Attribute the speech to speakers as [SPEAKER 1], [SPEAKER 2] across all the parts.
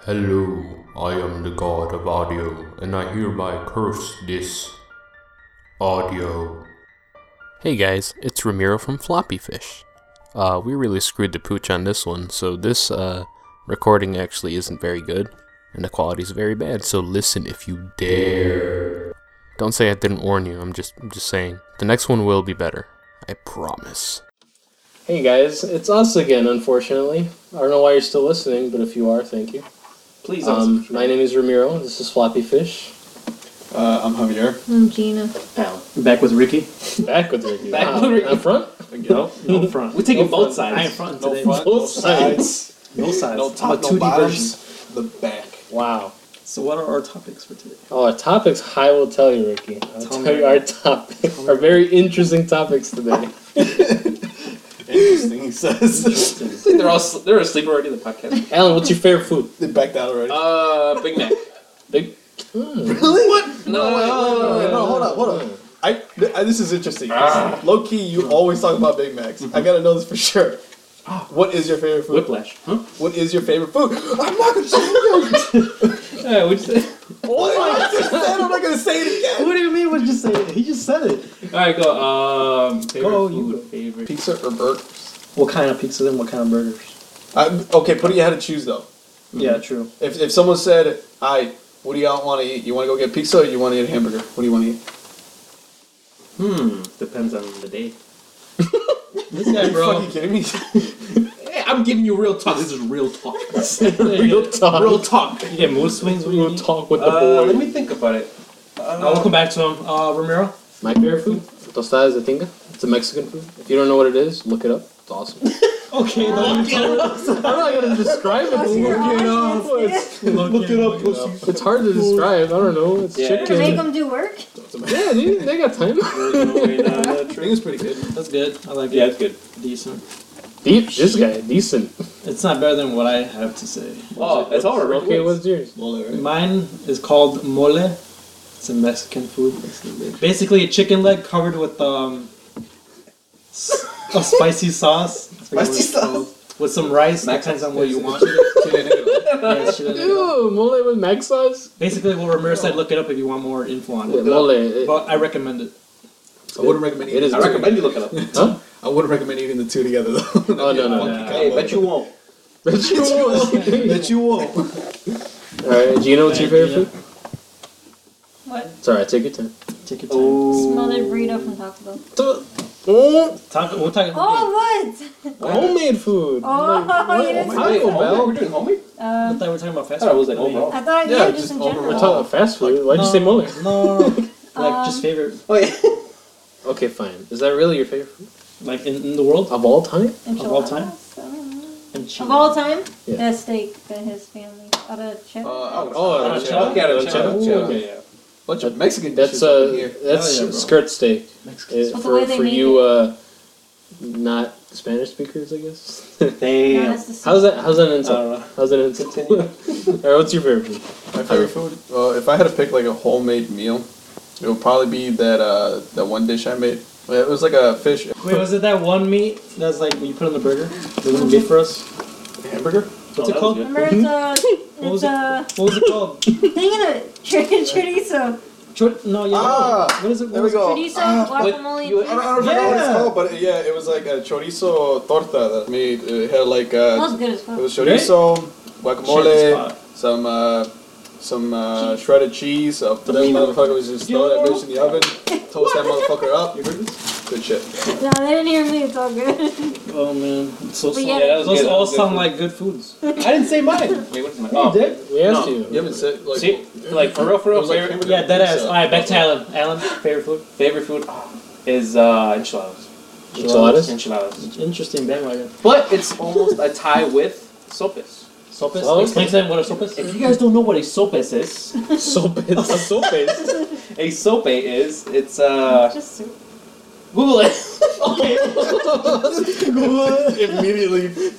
[SPEAKER 1] Hello, I am the god of audio, and I hereby curse this audio. Hey guys, it's Ramiro from Floppy Fish. Uh, we really screwed the pooch on this one, so this uh, recording actually isn't very good, and the quality's very bad. So listen if you dare. Don't say I didn't warn you. I'm just, I'm just saying. The next one will be better. I promise.
[SPEAKER 2] Hey guys, it's us again, unfortunately. I don't know why you're still listening, but if you are, thank you.
[SPEAKER 3] Please
[SPEAKER 2] Um, my name is Ramiro. This is Floppy Fish.
[SPEAKER 3] Uh, I'm Javier.
[SPEAKER 4] I'm Gina.
[SPEAKER 2] Pow.
[SPEAKER 3] Back with Ricky.
[SPEAKER 2] Back with Ricky.
[SPEAKER 3] Back
[SPEAKER 2] Wow.
[SPEAKER 3] with Ricky.
[SPEAKER 2] Up front?
[SPEAKER 3] No, no front. We're taking both sides. I am front
[SPEAKER 5] No
[SPEAKER 3] today.
[SPEAKER 5] front,
[SPEAKER 2] Both sides.
[SPEAKER 3] No sides.
[SPEAKER 5] no top,
[SPEAKER 3] I'm a
[SPEAKER 5] no
[SPEAKER 3] 2D version.
[SPEAKER 5] bottoms, the back.
[SPEAKER 2] Wow.
[SPEAKER 3] So what are our topics for today?
[SPEAKER 2] Oh, our topics I will tell you, Ricky. I'll
[SPEAKER 3] Tell
[SPEAKER 2] tell,
[SPEAKER 3] me.
[SPEAKER 2] you our topics are very interesting topics today.
[SPEAKER 5] Interesting, he says.
[SPEAKER 3] they're all they're asleep already in the podcast.
[SPEAKER 2] Alan, what's your favorite food?
[SPEAKER 5] they backed out already.
[SPEAKER 3] Uh, Big Mac.
[SPEAKER 2] Big.
[SPEAKER 5] really? What?
[SPEAKER 3] No,
[SPEAKER 5] wait, wait, wait, wait, no, hold on, hold on. I, th- I- this is interesting. Low key, you always talk about Big Macs. I gotta know this for sure. What is your favorite food?
[SPEAKER 3] Whiplash. Huh?
[SPEAKER 5] What is your favorite food? I'm not gonna say it again.
[SPEAKER 3] Yeah, what'd you say?
[SPEAKER 5] What? I just said I'm not gonna say it again.
[SPEAKER 3] What do you mean? What'd you say? He just said it. All right, go. Um, favorite
[SPEAKER 5] Go, you
[SPEAKER 3] food. Favorite. Mm-hmm.
[SPEAKER 5] Pizza or burgers?
[SPEAKER 3] What kind of pizza? Then what kind of burgers?
[SPEAKER 5] I'm, okay, putting you had to choose though.
[SPEAKER 3] Yeah, true.
[SPEAKER 5] If, if someone said, "I, what do y'all want to eat? You want to go get pizza or you want to eat a hamburger? What do you want to eat?"
[SPEAKER 3] Hmm. Depends on the day.
[SPEAKER 5] This guy,
[SPEAKER 3] bro.
[SPEAKER 5] Are you fucking kidding me?
[SPEAKER 3] Hey, I'm giving you real talk. This is real talk.
[SPEAKER 2] Real talk.
[SPEAKER 3] real talk. You get mood swings when you
[SPEAKER 2] Real
[SPEAKER 3] eat?
[SPEAKER 2] talk with the
[SPEAKER 3] Uh, let
[SPEAKER 2] boy.
[SPEAKER 3] me think about it. Uh, I'll come back to him. Uh, Ramiro.
[SPEAKER 2] My favorite food? Tostadas de tinga. It's a Mexican food. If you don't know what it is, look it up. It's awesome.
[SPEAKER 3] Okay,
[SPEAKER 2] I'm not gonna describe it. Look it up. It's,
[SPEAKER 3] look it up.
[SPEAKER 2] it's hard to describe. I don't know. It's
[SPEAKER 3] Yeah.
[SPEAKER 2] chicken.
[SPEAKER 4] Make them do work.
[SPEAKER 2] Yeah, dude, they got time.
[SPEAKER 5] I think it's pretty good.
[SPEAKER 3] That's good. I like
[SPEAKER 6] Yeah,
[SPEAKER 3] it.
[SPEAKER 6] it's good.
[SPEAKER 3] Decent.
[SPEAKER 2] Deep, this guy decent.
[SPEAKER 3] It's not better than what I have to say.
[SPEAKER 6] Oh, that's all right.
[SPEAKER 2] Okay, what's yours?
[SPEAKER 3] Mine is called mole. It's a Mexican food. Basically, a chicken leg covered with um s- a spicy sauce. I forget what
[SPEAKER 5] Spicy
[SPEAKER 3] it's called. With some rice. Depends on what you want. Yeah, it's chile negro.
[SPEAKER 2] Ew, mole with mac sauce.
[SPEAKER 3] Basically, what Ramiro said. Look it up if you want more info on
[SPEAKER 2] Yeah,
[SPEAKER 3] it.
[SPEAKER 2] mole. it-
[SPEAKER 3] But I recommend it.
[SPEAKER 5] I wouldn't recommend
[SPEAKER 2] It
[SPEAKER 5] eating.
[SPEAKER 2] is
[SPEAKER 5] the
[SPEAKER 6] I
[SPEAKER 5] two
[SPEAKER 6] recommend you look it up.
[SPEAKER 5] together.
[SPEAKER 2] huh?
[SPEAKER 5] I wouldn't recommend eating the two together though.
[SPEAKER 2] Oh no no. no.
[SPEAKER 3] Yeah.
[SPEAKER 6] Hey, bet you won't.
[SPEAKER 2] Bet you won't.
[SPEAKER 5] Bet you won't.
[SPEAKER 2] All right, Gino, what's your
[SPEAKER 3] Thank
[SPEAKER 2] favorite
[SPEAKER 3] you.
[SPEAKER 2] food?
[SPEAKER 4] What?
[SPEAKER 2] It's all right. Take your time.
[SPEAKER 3] Take your time.
[SPEAKER 6] Oh,
[SPEAKER 4] Smothered burrito from Taco Bell.
[SPEAKER 2] Oh,
[SPEAKER 3] Taco, we're talking.
[SPEAKER 4] Oh, what?
[SPEAKER 2] homemade food.
[SPEAKER 4] Oh, you didn't
[SPEAKER 2] my
[SPEAKER 4] say-
[SPEAKER 2] Taco Bell?
[SPEAKER 6] We're doing homemade?
[SPEAKER 3] I
[SPEAKER 4] Um,
[SPEAKER 3] thought we were talking about
[SPEAKER 6] I
[SPEAKER 3] fast
[SPEAKER 6] thought it
[SPEAKER 3] food.
[SPEAKER 6] was like overall.
[SPEAKER 4] I thought
[SPEAKER 5] Yeah,
[SPEAKER 4] yeah,
[SPEAKER 5] just
[SPEAKER 4] just in
[SPEAKER 5] over-
[SPEAKER 4] general.
[SPEAKER 2] We're talking about fast food. Why'd you say mole?
[SPEAKER 3] No, no, no. like just
[SPEAKER 4] Um,
[SPEAKER 3] favorite,
[SPEAKER 6] Oh, yeah.
[SPEAKER 2] Okay, fine. Is that really your favorite food
[SPEAKER 3] like in, in the world.
[SPEAKER 2] of all time?
[SPEAKER 3] Of all time?
[SPEAKER 4] Enchiladas? I don't know.
[SPEAKER 3] And cheese.
[SPEAKER 4] Of all time?
[SPEAKER 2] Yeah.
[SPEAKER 4] That steak that his family out of cheddar.
[SPEAKER 5] oh,
[SPEAKER 2] Oh,
[SPEAKER 5] yeah.
[SPEAKER 6] Check out of check.
[SPEAKER 2] Ooh,
[SPEAKER 6] Yeah,
[SPEAKER 2] okay.
[SPEAKER 6] yeah.
[SPEAKER 5] bunch of Mexican
[SPEAKER 2] That's
[SPEAKER 5] dishes up in
[SPEAKER 2] uh,
[SPEAKER 5] here.
[SPEAKER 2] that's
[SPEAKER 3] Hell yeah, bro.
[SPEAKER 2] skirt steak.
[SPEAKER 3] Mexican.
[SPEAKER 2] Uh,
[SPEAKER 4] Well, the
[SPEAKER 2] for
[SPEAKER 4] way they
[SPEAKER 2] for
[SPEAKER 4] make
[SPEAKER 2] you
[SPEAKER 4] it.
[SPEAKER 2] uh, not Spanish speakers, I guess.
[SPEAKER 4] No,
[SPEAKER 6] Damn.
[SPEAKER 4] that's the
[SPEAKER 2] how's that? How's that an
[SPEAKER 6] I
[SPEAKER 2] insult?
[SPEAKER 6] don't know.
[SPEAKER 2] How's that an insult? All
[SPEAKER 6] Uh, Continue.
[SPEAKER 2] right, what's your favorite food?
[SPEAKER 5] My favorite food. Uh, if I had to pick like a homemade meal, it would probably be that uh, that one dish I made. It was like a fish
[SPEAKER 3] Wait, was it that one meat that's like you put on the burger? The one you made for us.
[SPEAKER 5] hamburger.
[SPEAKER 3] What's
[SPEAKER 6] Oh, that
[SPEAKER 3] it
[SPEAKER 6] was
[SPEAKER 3] called?
[SPEAKER 6] good.
[SPEAKER 4] Remember, it's a,
[SPEAKER 3] What was
[SPEAKER 4] it's a
[SPEAKER 3] What was it called?
[SPEAKER 4] thing in a chicken chorizo.
[SPEAKER 3] Chor- no, yeah.
[SPEAKER 5] Ah,
[SPEAKER 3] what is it? What
[SPEAKER 5] there we
[SPEAKER 3] was it?
[SPEAKER 5] go.
[SPEAKER 4] Chorizo,
[SPEAKER 5] ah,
[SPEAKER 6] wait,
[SPEAKER 4] guacamole,
[SPEAKER 6] you-
[SPEAKER 4] and
[SPEAKER 5] I don't, I
[SPEAKER 4] cheese.
[SPEAKER 5] don't remember what it's
[SPEAKER 3] Yeah.
[SPEAKER 5] called, but yeah, it was like a chorizo torta that made. It had like uh,
[SPEAKER 2] Oh,
[SPEAKER 4] Smells good as
[SPEAKER 5] it
[SPEAKER 4] fuck.
[SPEAKER 5] was chorizo,
[SPEAKER 3] Shit,
[SPEAKER 5] guacamole,
[SPEAKER 3] it's
[SPEAKER 5] some uh, some uh,
[SPEAKER 4] Cheese.
[SPEAKER 5] shredded cheese. Uh, that motherfucker was just throw that bitch in the oven, toast that motherfucker up.
[SPEAKER 3] You heard this?
[SPEAKER 5] Good shit.
[SPEAKER 4] No, they didn't hear me. It's all good.
[SPEAKER 3] Oh man, it's so
[SPEAKER 4] But
[SPEAKER 3] sweet.
[SPEAKER 4] yeah,
[SPEAKER 6] Yeah, that was
[SPEAKER 3] Those
[SPEAKER 6] good. That
[SPEAKER 3] all
[SPEAKER 6] was good
[SPEAKER 3] sound
[SPEAKER 6] food.
[SPEAKER 3] like good foods.
[SPEAKER 6] I didn't say mine. Wait, what is mine? Oh.
[SPEAKER 2] We asked
[SPEAKER 6] No.
[SPEAKER 5] You
[SPEAKER 2] you.
[SPEAKER 5] haven't said like.
[SPEAKER 6] See, like for real, for
[SPEAKER 5] it
[SPEAKER 6] real,
[SPEAKER 5] was like
[SPEAKER 6] favorite,
[SPEAKER 5] hamburger
[SPEAKER 3] Yeah, dead ass.
[SPEAKER 5] pizza.
[SPEAKER 3] All right, back to Alan. Alan, favorite food?
[SPEAKER 6] favorite food is uh, enchiladas.
[SPEAKER 2] Enchiladas.
[SPEAKER 6] Enchiladas.
[SPEAKER 3] Interesting bandwagon.
[SPEAKER 6] But it's almost a tie with sopes.
[SPEAKER 3] Sopes.
[SPEAKER 2] Oh, okay.
[SPEAKER 3] Explain to them what a sope is.
[SPEAKER 6] If you guys don't know what a sopes is,
[SPEAKER 2] Soap is a soap is.
[SPEAKER 6] a sope is, it's uh,
[SPEAKER 4] Just soup.
[SPEAKER 6] Google it. okay.
[SPEAKER 5] immediately.
[SPEAKER 3] You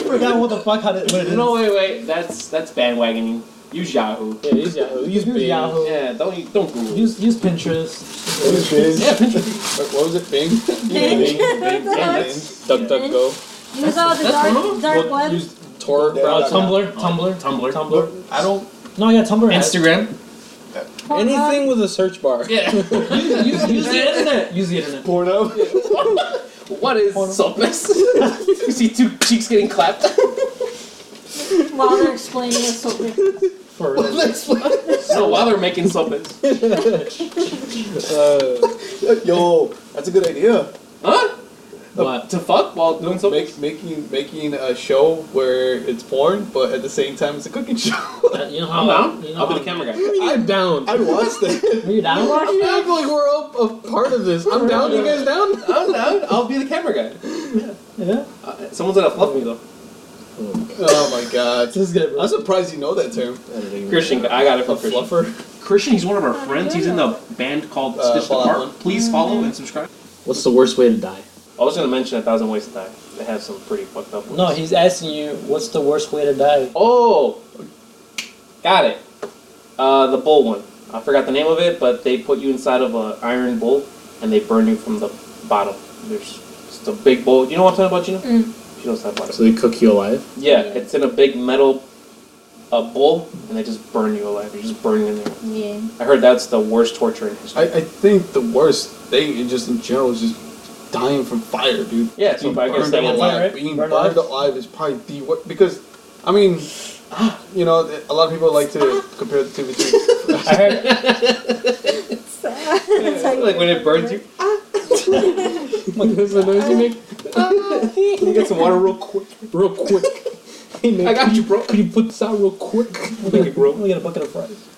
[SPEAKER 3] forgot what the fuck how it, what it is.
[SPEAKER 6] No, wait, wait. That's that's bandwagoning. Use Yahoo.
[SPEAKER 2] Yeah, he's Yahoo. He's
[SPEAKER 3] Use
[SPEAKER 2] big.
[SPEAKER 3] Yahoo.
[SPEAKER 6] Yeah, don't e- don't Google.
[SPEAKER 3] Use use Pinterest.
[SPEAKER 5] What was Bing?
[SPEAKER 6] yeah, Pinterest.
[SPEAKER 5] What what was it, Bing?
[SPEAKER 4] Bing.
[SPEAKER 5] Bing.
[SPEAKER 4] What the
[SPEAKER 5] Bing.
[SPEAKER 4] heck?
[SPEAKER 5] Bing.
[SPEAKER 2] Duck, duck, go.
[SPEAKER 4] Use all the
[SPEAKER 6] That's
[SPEAKER 4] dark,
[SPEAKER 6] normal.
[SPEAKER 4] dark web.
[SPEAKER 2] Use Tor
[SPEAKER 5] Yeah,
[SPEAKER 2] browser.
[SPEAKER 5] yeah.
[SPEAKER 3] Uh, Tumblr,
[SPEAKER 6] On
[SPEAKER 3] Tumblr,
[SPEAKER 6] Oh, Tumblr.
[SPEAKER 5] But
[SPEAKER 3] Tumblr.
[SPEAKER 5] I don't.
[SPEAKER 3] No, yeah, Tumblr. has-
[SPEAKER 6] Instagram.
[SPEAKER 2] Anything with a search bar.
[SPEAKER 6] Yeah.
[SPEAKER 3] Use, use the internet. Use the internet.
[SPEAKER 5] Porno.
[SPEAKER 6] what is softness? you see two cheeks getting clapped.
[SPEAKER 4] While they're explaining it so quick.
[SPEAKER 2] For
[SPEAKER 5] Well, let's-
[SPEAKER 6] so while they're making softness,
[SPEAKER 2] uh,
[SPEAKER 5] Yo, that's a good idea.
[SPEAKER 6] huh?
[SPEAKER 3] What?
[SPEAKER 6] To fuck while doing something.
[SPEAKER 5] Make, making making a show where it's porn, but at the same time it's a cooking show.
[SPEAKER 3] You know how?
[SPEAKER 6] I'm down.
[SPEAKER 3] You know
[SPEAKER 6] I'll be
[SPEAKER 3] how-
[SPEAKER 6] the camera guy.
[SPEAKER 2] I'm down.
[SPEAKER 5] I watched that.
[SPEAKER 3] Are you down?
[SPEAKER 2] You act like we're all a part of this. I'm down. You guys down?
[SPEAKER 6] I'm down. I'll be the camera guy.
[SPEAKER 3] Yeah.
[SPEAKER 6] Uh, someone's gonna fluff me though.
[SPEAKER 5] Oh my god.
[SPEAKER 3] This is good,
[SPEAKER 5] I'm surprised you know that term.
[SPEAKER 6] Christian, I got it
[SPEAKER 5] A
[SPEAKER 6] from Christian.
[SPEAKER 5] fluffer.
[SPEAKER 6] Christian, he's one of our friends. He's in the band called
[SPEAKER 5] Uh,
[SPEAKER 6] Stitched
[SPEAKER 5] Fallout
[SPEAKER 6] Apart.
[SPEAKER 5] One.
[SPEAKER 6] Please follow and subscribe.
[SPEAKER 2] What's the worst way to die?
[SPEAKER 6] I was gonna mention a thousand ways to die. They have some pretty fucked up ones.
[SPEAKER 3] No, he's asking you what's the worst way to die.
[SPEAKER 6] Oh, got it. Uh, the bull one. I forgot the name of it, but they put you inside of a iron bull and they burn you from the bottom. There's just a big bull. You know what I'm talking about, Gina?
[SPEAKER 4] Mm.
[SPEAKER 6] She knows that about it.
[SPEAKER 2] So they cook you alive?
[SPEAKER 6] Yeah, it's in a big metal uh, bull and they just burn you alive. You're just burning in there.
[SPEAKER 4] Yeah.
[SPEAKER 6] I heard that's the worst torture in
[SPEAKER 5] I,
[SPEAKER 6] history.
[SPEAKER 5] I think the worst thing, in just in general, is just dying from fire, dude.
[SPEAKER 6] Yeah, so
[SPEAKER 5] Being
[SPEAKER 6] if I guess
[SPEAKER 5] burned
[SPEAKER 6] that one's
[SPEAKER 5] alive-
[SPEAKER 3] right.
[SPEAKER 5] Being
[SPEAKER 3] Burned
[SPEAKER 5] burned
[SPEAKER 3] alive.
[SPEAKER 5] alive is probably the worst because, I mean, you know, a lot of people like to compare the two between.
[SPEAKER 3] I heard.
[SPEAKER 4] Mm, It's like,
[SPEAKER 6] like when it burns you.
[SPEAKER 2] That's the noise you make?
[SPEAKER 6] Can you get some water real quick?
[SPEAKER 2] Real quick. Hey, man,
[SPEAKER 6] I got you, bro.
[SPEAKER 2] Could you put this out real quick?
[SPEAKER 6] Make it grow.
[SPEAKER 3] We get a bucket of fries.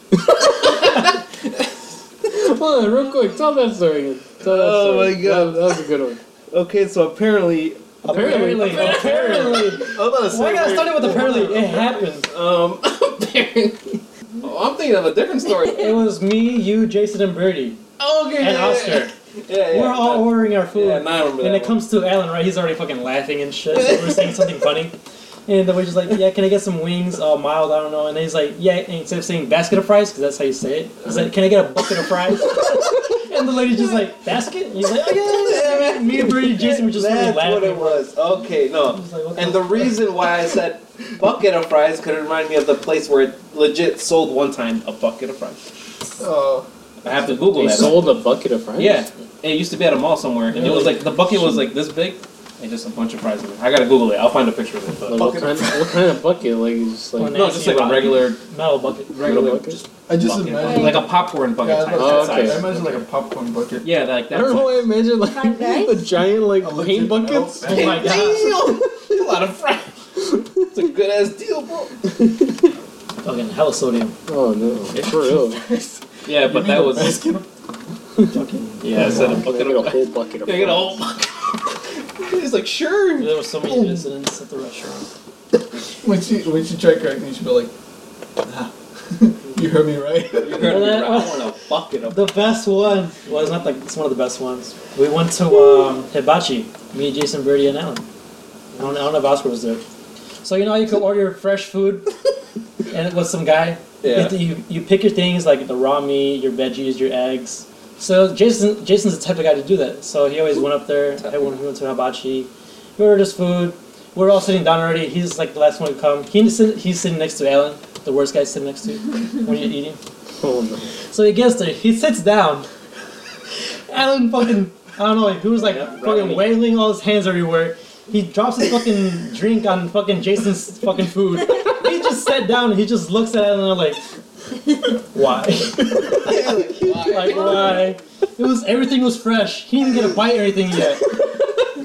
[SPEAKER 2] Come on, real quick. Tell that story again. Tell that
[SPEAKER 6] Oh
[SPEAKER 2] story.
[SPEAKER 6] my God.
[SPEAKER 2] That, that was a good one.
[SPEAKER 6] Okay, so apparently,
[SPEAKER 2] Apparently.
[SPEAKER 3] apparently.
[SPEAKER 5] I'm about to say,
[SPEAKER 3] Why gotta
[SPEAKER 5] we're-
[SPEAKER 3] start it with apparently? It happened.
[SPEAKER 6] um, apparently, oh, I'm thinking of a different story.
[SPEAKER 3] It was me, you, Jason, and Birdie,
[SPEAKER 6] Okay.
[SPEAKER 3] and
[SPEAKER 6] yeah,
[SPEAKER 3] Oscar.
[SPEAKER 6] Yeah, yeah.
[SPEAKER 3] We're all ordering our food.
[SPEAKER 6] Yeah, I remember
[SPEAKER 3] And
[SPEAKER 6] that
[SPEAKER 3] it comes to Alan, right? He's already fucking laughing and shit. So we're saying something funny. And the waiter's like, yeah, can I get some wings? Uh, mild, I don't know. And he's like, yeah, and instead of saying basket of fries, because that's how you say it, he's like, can I get a bucket of fries? and the lady's just like, basket? And he's like, oh, yeah, yeah, yeah, yeah. Me and Brady and Jason were just really
[SPEAKER 6] That's what
[SPEAKER 3] laughing.
[SPEAKER 6] it was. Okay, no.
[SPEAKER 3] He's like, what
[SPEAKER 6] And the reason why I said bucket of fries could remind me of the place where it legit sold one time a bucket of fries.
[SPEAKER 5] Oh,
[SPEAKER 6] I have to Google
[SPEAKER 2] They
[SPEAKER 6] that.
[SPEAKER 2] sold a bucket of fries?
[SPEAKER 6] yeah, it used to be at a mall somewhere, and it was like the bucket was like this big, and just a bunch of fries in it. I gotta Google it. I'll find a picture of it.
[SPEAKER 2] Like,
[SPEAKER 6] But
[SPEAKER 2] what, kind, what kind of bucket? Like, it's just like.
[SPEAKER 6] no, just like a regular,
[SPEAKER 3] Metal bucket.
[SPEAKER 6] regular
[SPEAKER 2] Bucket?
[SPEAKER 6] just
[SPEAKER 5] I just
[SPEAKER 6] bucket,
[SPEAKER 5] imagine.
[SPEAKER 6] like a popcorn bucket.
[SPEAKER 5] Yeah, I was
[SPEAKER 6] type,
[SPEAKER 5] about to
[SPEAKER 6] that
[SPEAKER 2] say,
[SPEAKER 6] size.
[SPEAKER 5] I imagine like a popcorn bucket.
[SPEAKER 6] Yeah, like
[SPEAKER 2] I
[SPEAKER 6] that.
[SPEAKER 2] don't know
[SPEAKER 6] size.
[SPEAKER 2] why I imagine
[SPEAKER 4] Five
[SPEAKER 2] like
[SPEAKER 4] guys?
[SPEAKER 2] a giant like
[SPEAKER 5] A legit
[SPEAKER 2] paint buckets.
[SPEAKER 5] metal-
[SPEAKER 3] Oh my god.
[SPEAKER 6] Damn! a lot of fries. It's a good ass deal, bro.
[SPEAKER 3] Fucking hell sodium.
[SPEAKER 2] Oh no, for real.
[SPEAKER 6] Yeah, but that was yeah. I said a
[SPEAKER 2] Can I
[SPEAKER 6] bucket
[SPEAKER 2] get a
[SPEAKER 6] of
[SPEAKER 2] whole bucket of
[SPEAKER 6] They get
[SPEAKER 2] fries?
[SPEAKER 6] all. He's like, sure.
[SPEAKER 3] There were so many incidents at the restaurant.
[SPEAKER 5] When she when she tried correcting, you should be like, nah. you heard me right.
[SPEAKER 6] You heard me
[SPEAKER 3] that
[SPEAKER 6] right. I want a bucket of.
[SPEAKER 3] The best one was not like it's one of the best ones. We went to um, Hibachi. Me, Jason, Birdie, and Alan. I don't, I don't know if Oscar was there. So you know how you could order fresh food, and it was some guy.
[SPEAKER 6] Yeah.
[SPEAKER 3] You, you, you pick your things like the raw meat, your veggies, your eggs. So Jason Jason's the type of guy to do that. So he always went up there. Everyone who went to Hibachi, he ordered his food. We We're all sitting down already. He's like the last one to come. He's sit- he's sitting next to Alan, the worst guy sitting next to you when you're eating.
[SPEAKER 2] Oh no.
[SPEAKER 3] So he gets there, he sits down. Alan fucking, I don't know, he was like fucking
[SPEAKER 6] right.
[SPEAKER 3] wailing all his hands everywhere. He drops his fucking drink on fucking Jason's fucking food. He just sat down and he just looks at Alan like, why? like, why? It was, everything was fresh. He didn't get a bite or anything yet.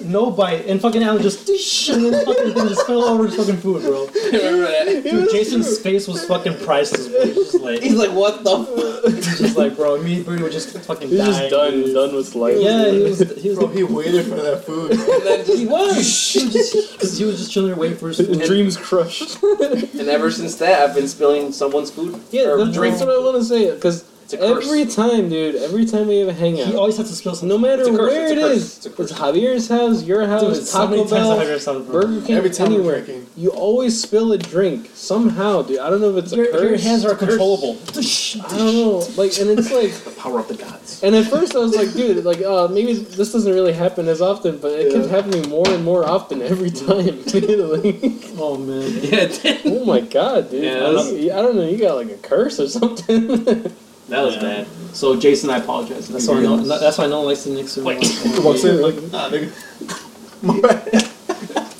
[SPEAKER 3] No bite. And fucking Alan just, dish, and then fucking thing just fell all over his fucking food, bro.
[SPEAKER 6] Remember that?
[SPEAKER 3] Dude, Jason's face was fucking priceless, bro. He was just like,
[SPEAKER 6] He's like, what the?
[SPEAKER 3] just like, bro, me and Birdie were just fucking
[SPEAKER 2] He's
[SPEAKER 3] dying.
[SPEAKER 2] just done, done with life.
[SPEAKER 3] Yeah, he was. He was.
[SPEAKER 5] Bro, Oh, he waited for that food. bro.
[SPEAKER 6] And then just.
[SPEAKER 3] he was. He was just because he was just chilling there waiting for his food.
[SPEAKER 2] Dreams crushed.
[SPEAKER 6] And ever since that, I've been spilling someone's food.
[SPEAKER 2] Yeah,
[SPEAKER 6] or
[SPEAKER 2] that's,
[SPEAKER 6] drink.
[SPEAKER 2] that's what I want to say. Because
[SPEAKER 6] It's a curse.
[SPEAKER 2] Every time, dude. Every time we have a
[SPEAKER 3] He
[SPEAKER 2] hangout,
[SPEAKER 3] always has to spill something.
[SPEAKER 2] no matter
[SPEAKER 6] It's a curse,
[SPEAKER 2] where
[SPEAKER 6] it's a
[SPEAKER 2] it
[SPEAKER 6] curse,
[SPEAKER 2] is,
[SPEAKER 6] it's a curse.
[SPEAKER 2] it's Javier's house, your house,
[SPEAKER 3] Dude, so many
[SPEAKER 2] Taco
[SPEAKER 3] times I heard
[SPEAKER 2] Bell,
[SPEAKER 3] something.
[SPEAKER 2] Burger King,
[SPEAKER 5] Every time we're
[SPEAKER 2] anywhere.
[SPEAKER 5] drinking.
[SPEAKER 2] You always spill a drink somehow, dude. I don't know if it's a
[SPEAKER 3] Your,
[SPEAKER 2] curse.
[SPEAKER 3] your hands are
[SPEAKER 2] It's a curse.
[SPEAKER 3] controllable.
[SPEAKER 2] I don't know, like, and it's like.
[SPEAKER 6] the power of the gods.
[SPEAKER 2] And at first I was like, dude, like, uh, maybe this doesn't really happen as often, but it kept
[SPEAKER 5] Yeah.
[SPEAKER 2] happening more and more often every time. Like,
[SPEAKER 3] Oh man.
[SPEAKER 6] Yeah, it did.
[SPEAKER 2] oh my god, dude.
[SPEAKER 6] Yeah,
[SPEAKER 2] I, don't, I don't know, you got like a curse or something.
[SPEAKER 6] that was bad. So Jason, I apologize.
[SPEAKER 3] That's why I know. That's why no one likes the Knicks. anymore.
[SPEAKER 6] Wait.
[SPEAKER 5] Walks in like, nah, nigga. My bad.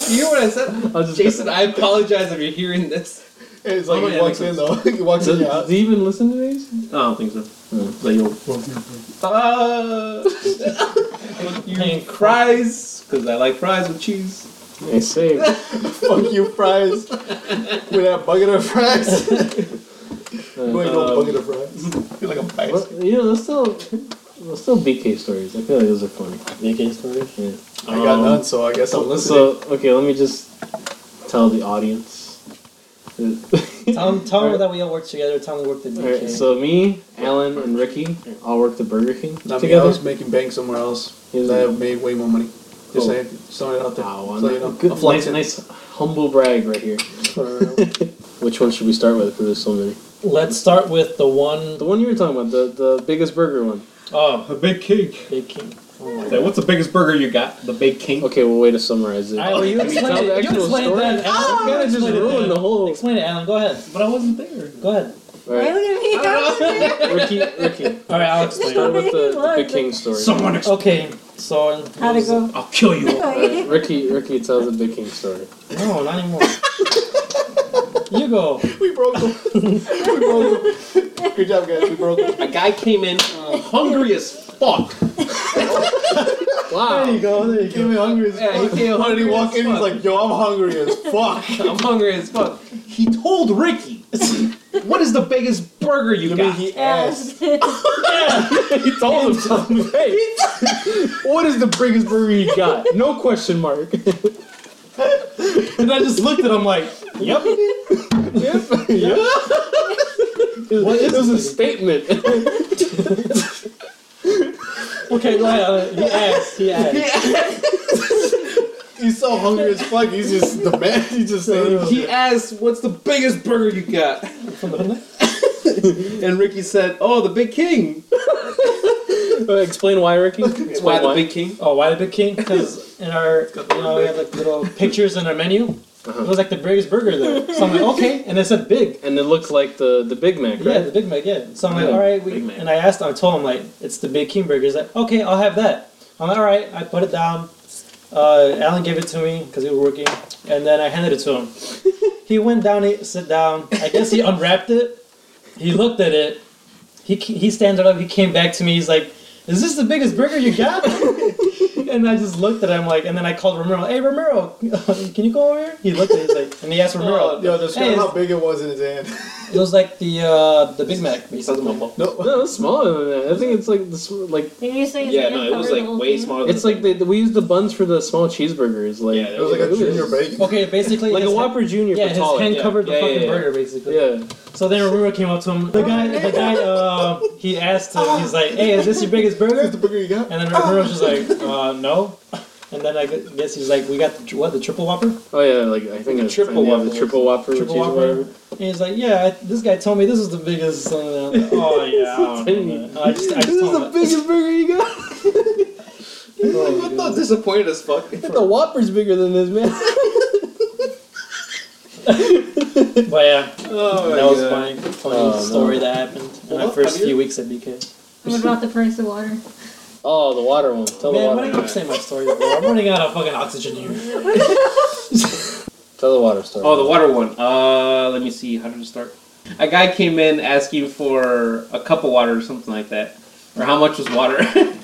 [SPEAKER 6] You hear what I said?
[SPEAKER 2] I'll just-
[SPEAKER 6] Jason, I apologize if you're hearing this.
[SPEAKER 5] And It's like
[SPEAKER 6] Oh,
[SPEAKER 5] he
[SPEAKER 6] yeah,
[SPEAKER 5] walks in
[SPEAKER 6] makes
[SPEAKER 5] though. he walks in. Yeah.
[SPEAKER 2] Does he even listen to these?
[SPEAKER 6] I don't think so. But you'll.
[SPEAKER 3] Ah!
[SPEAKER 6] Uh, you
[SPEAKER 3] Pain.
[SPEAKER 6] fries, because I like fries with cheese.
[SPEAKER 2] I say, Uh,
[SPEAKER 5] Fuck you, fries. With that bucket of fries. you ain't no bucket of fries. You're like a
[SPEAKER 2] uh, well,
[SPEAKER 5] fries.
[SPEAKER 2] you know, let's still, let's still BK stories. I feel like those are funny. BK stories? Yeah.
[SPEAKER 5] I got none, so I guess I'm listening.
[SPEAKER 2] So, okay, let me just tell the audience.
[SPEAKER 3] Tell him, tell him
[SPEAKER 2] Alright.
[SPEAKER 3] that we all work together. Tell him we worked at
[SPEAKER 2] All right,
[SPEAKER 3] BK.
[SPEAKER 2] so me, Alan, and Ricky all worked at Burger King
[SPEAKER 5] Not me, I
[SPEAKER 2] together.
[SPEAKER 5] was making bank somewhere else.
[SPEAKER 2] He was-
[SPEAKER 5] I made way more money. Just
[SPEAKER 2] Cool.
[SPEAKER 5] saying, just throwing it out there.
[SPEAKER 2] Wow,
[SPEAKER 5] so,
[SPEAKER 2] I'm-
[SPEAKER 5] you know,
[SPEAKER 2] good-
[SPEAKER 5] I'm
[SPEAKER 2] nice,
[SPEAKER 5] flexing.
[SPEAKER 2] nice humble brag right here. Which one should we start with? Because there's so many.
[SPEAKER 3] Let's start with the one.
[SPEAKER 2] The one you were talking about, the, the biggest burger one.
[SPEAKER 3] Oh,
[SPEAKER 6] A big cake.
[SPEAKER 3] Big King.
[SPEAKER 6] What's the biggest burger you got? The big king.
[SPEAKER 2] Okay, well, way to summarize it.
[SPEAKER 3] All right, well, you
[SPEAKER 2] Can we tell
[SPEAKER 3] explain
[SPEAKER 2] the
[SPEAKER 3] it. You
[SPEAKER 2] actual
[SPEAKER 3] explain it
[SPEAKER 2] story?
[SPEAKER 6] Ah,
[SPEAKER 3] then. Alan.
[SPEAKER 2] You kind of just
[SPEAKER 3] Explain it
[SPEAKER 2] ruined
[SPEAKER 3] then.
[SPEAKER 2] the whole.
[SPEAKER 3] Explain it, Alan. Go ahead.
[SPEAKER 6] But I wasn't there.
[SPEAKER 3] Go ahead.
[SPEAKER 2] All
[SPEAKER 4] Why
[SPEAKER 2] right,
[SPEAKER 4] look at me?
[SPEAKER 2] Ricky, Ricky,
[SPEAKER 3] All right, I'll explain.
[SPEAKER 2] start with the, the Big King story.
[SPEAKER 6] Someone explain.
[SPEAKER 3] Okay, so
[SPEAKER 4] How'd it go?
[SPEAKER 6] I'll kill you.
[SPEAKER 2] All right, Ricky, Ricky tells the Big King story.
[SPEAKER 3] No, not anymore. you go.
[SPEAKER 5] We broke them. we broke them. Good job, guys. We broke them.
[SPEAKER 6] A guy came in
[SPEAKER 3] Oh.
[SPEAKER 6] hungry as fuck.
[SPEAKER 2] Wow.
[SPEAKER 5] go. There you go. Came in hungry as
[SPEAKER 6] Yeah, he
[SPEAKER 5] fuck.
[SPEAKER 6] came
[SPEAKER 5] Why did he
[SPEAKER 6] hungry
[SPEAKER 5] walk
[SPEAKER 6] as
[SPEAKER 5] in? He's
[SPEAKER 6] fuck.
[SPEAKER 5] like, yo, I'm hungry as fuck.
[SPEAKER 6] I'm hungry as fuck. He told Ricky, "What is the biggest burger you
[SPEAKER 5] You mean
[SPEAKER 6] got?"
[SPEAKER 5] he asked?
[SPEAKER 4] Yes. That's
[SPEAKER 2] He told him, hey, what is the biggest burger you got? No question mark.
[SPEAKER 3] And I just looked at him like, yep.
[SPEAKER 2] Yep. yep. What is this? is a statement.
[SPEAKER 3] Okay, go ahead. Alan. He asked. He asked.
[SPEAKER 5] He's so hungry as fuck. He's just the man. He's just saying.
[SPEAKER 6] He asked, "What's the biggest burger you got?" and Ricky said, "Oh, the Big King."
[SPEAKER 2] Uh, Explain why, Ricky. Explain
[SPEAKER 6] Why the Big King?
[SPEAKER 3] Oh, why the Big King? Because in our, you know, we had like little pictures in our menu.
[SPEAKER 6] Uh-huh.
[SPEAKER 3] It was like the biggest burger there. So I'm like, okay, and it said big.
[SPEAKER 2] And it looked like the, the Big Mac,
[SPEAKER 3] Yeah,
[SPEAKER 2] right?
[SPEAKER 3] the Big Mac. Yeah. So I'm like,
[SPEAKER 6] Yeah,
[SPEAKER 3] all right, we,
[SPEAKER 6] Big Mac.
[SPEAKER 3] and I asked, I told him like, it's the Big King burger. He's like, okay, I'll have that. I'm like, all right, I put it down. Uh, Alan gave it to me because he was working, and then I handed it to him. he went down, he sit down. I guess he unwrapped it. He looked at it. He ca- he stands up. He came back to me. He's like, is this the biggest burger you got? and I just looked at him like, and then I called Romero. Hey Romero, can you go over here? He looked at. It, he's like, and he asked Romero.
[SPEAKER 5] Yo, describe
[SPEAKER 3] Hey,
[SPEAKER 5] how
[SPEAKER 3] it's-
[SPEAKER 5] big it was in his hand.
[SPEAKER 3] It was like the uh, the Big Mac.
[SPEAKER 6] He says, "Mumble."
[SPEAKER 5] No,
[SPEAKER 2] No, it's smaller than that. I think it's like the, sm- like
[SPEAKER 4] Did you say it's
[SPEAKER 6] Yeah,
[SPEAKER 4] like
[SPEAKER 6] no,
[SPEAKER 4] a
[SPEAKER 6] it was
[SPEAKER 4] covered
[SPEAKER 6] like
[SPEAKER 4] little
[SPEAKER 6] way
[SPEAKER 4] thing?
[SPEAKER 6] smaller.
[SPEAKER 2] it's like they, we use the buns for the small cheeseburgers. Like
[SPEAKER 6] Yeah,
[SPEAKER 5] it was like a
[SPEAKER 2] look at
[SPEAKER 5] junior
[SPEAKER 2] this.
[SPEAKER 5] bacon.
[SPEAKER 3] Okay, basically,
[SPEAKER 2] like a
[SPEAKER 3] his
[SPEAKER 2] Whopper Junior
[SPEAKER 3] Yeah,
[SPEAKER 2] for
[SPEAKER 3] his
[SPEAKER 2] taller.
[SPEAKER 3] hand covered the
[SPEAKER 6] Yeah, yeah,
[SPEAKER 3] fucking
[SPEAKER 6] yeah.
[SPEAKER 3] burger, basically.
[SPEAKER 2] yeah.
[SPEAKER 3] So then Ruru came up to him. The guy, the guy, uh, he asked him. He's like, "Hey, is this your biggest
[SPEAKER 5] That's
[SPEAKER 3] burger?"
[SPEAKER 5] the burger you got?
[SPEAKER 3] And then Ruru was just like, uh, "No." And then I gu- guess he's like, "We got the, tr- what the triple whopper?"
[SPEAKER 2] Oh yeah, like I think
[SPEAKER 6] The
[SPEAKER 2] it's-
[SPEAKER 6] triple
[SPEAKER 2] yeah, the
[SPEAKER 6] whopper.
[SPEAKER 2] triple whopper,
[SPEAKER 3] Triple
[SPEAKER 2] cheese
[SPEAKER 3] whopper.
[SPEAKER 2] whatever.
[SPEAKER 3] And he's like, "Yeah, I, this guy told me this is the biggest." uh, oh yeah. I don't know, man. I just, I just
[SPEAKER 2] This is
[SPEAKER 3] told
[SPEAKER 2] the
[SPEAKER 3] him.
[SPEAKER 2] biggest burger you got.
[SPEAKER 6] I'm not disappointed as fuck.
[SPEAKER 2] the Whopper's bigger than this, man.
[SPEAKER 3] that. But yeah,
[SPEAKER 6] Oh,
[SPEAKER 3] that was
[SPEAKER 6] yeah.
[SPEAKER 3] funny, funny
[SPEAKER 2] Oh, no.
[SPEAKER 3] story that happened in
[SPEAKER 6] Well,
[SPEAKER 3] my first
[SPEAKER 6] have you-
[SPEAKER 3] few weeks at BK.
[SPEAKER 4] What about the price of water?
[SPEAKER 2] Oh, the water one. Tell
[SPEAKER 3] Man,
[SPEAKER 2] the
[SPEAKER 3] why do
[SPEAKER 2] water.
[SPEAKER 3] you keep saying my story? Bro? I'm running out of fucking oxygen here.
[SPEAKER 4] Oh,
[SPEAKER 2] Tell the water story.
[SPEAKER 6] Oh, the water one. Uh, let me see. How did it start? A guy came in asking for a cup of water or something like that, or how much was water.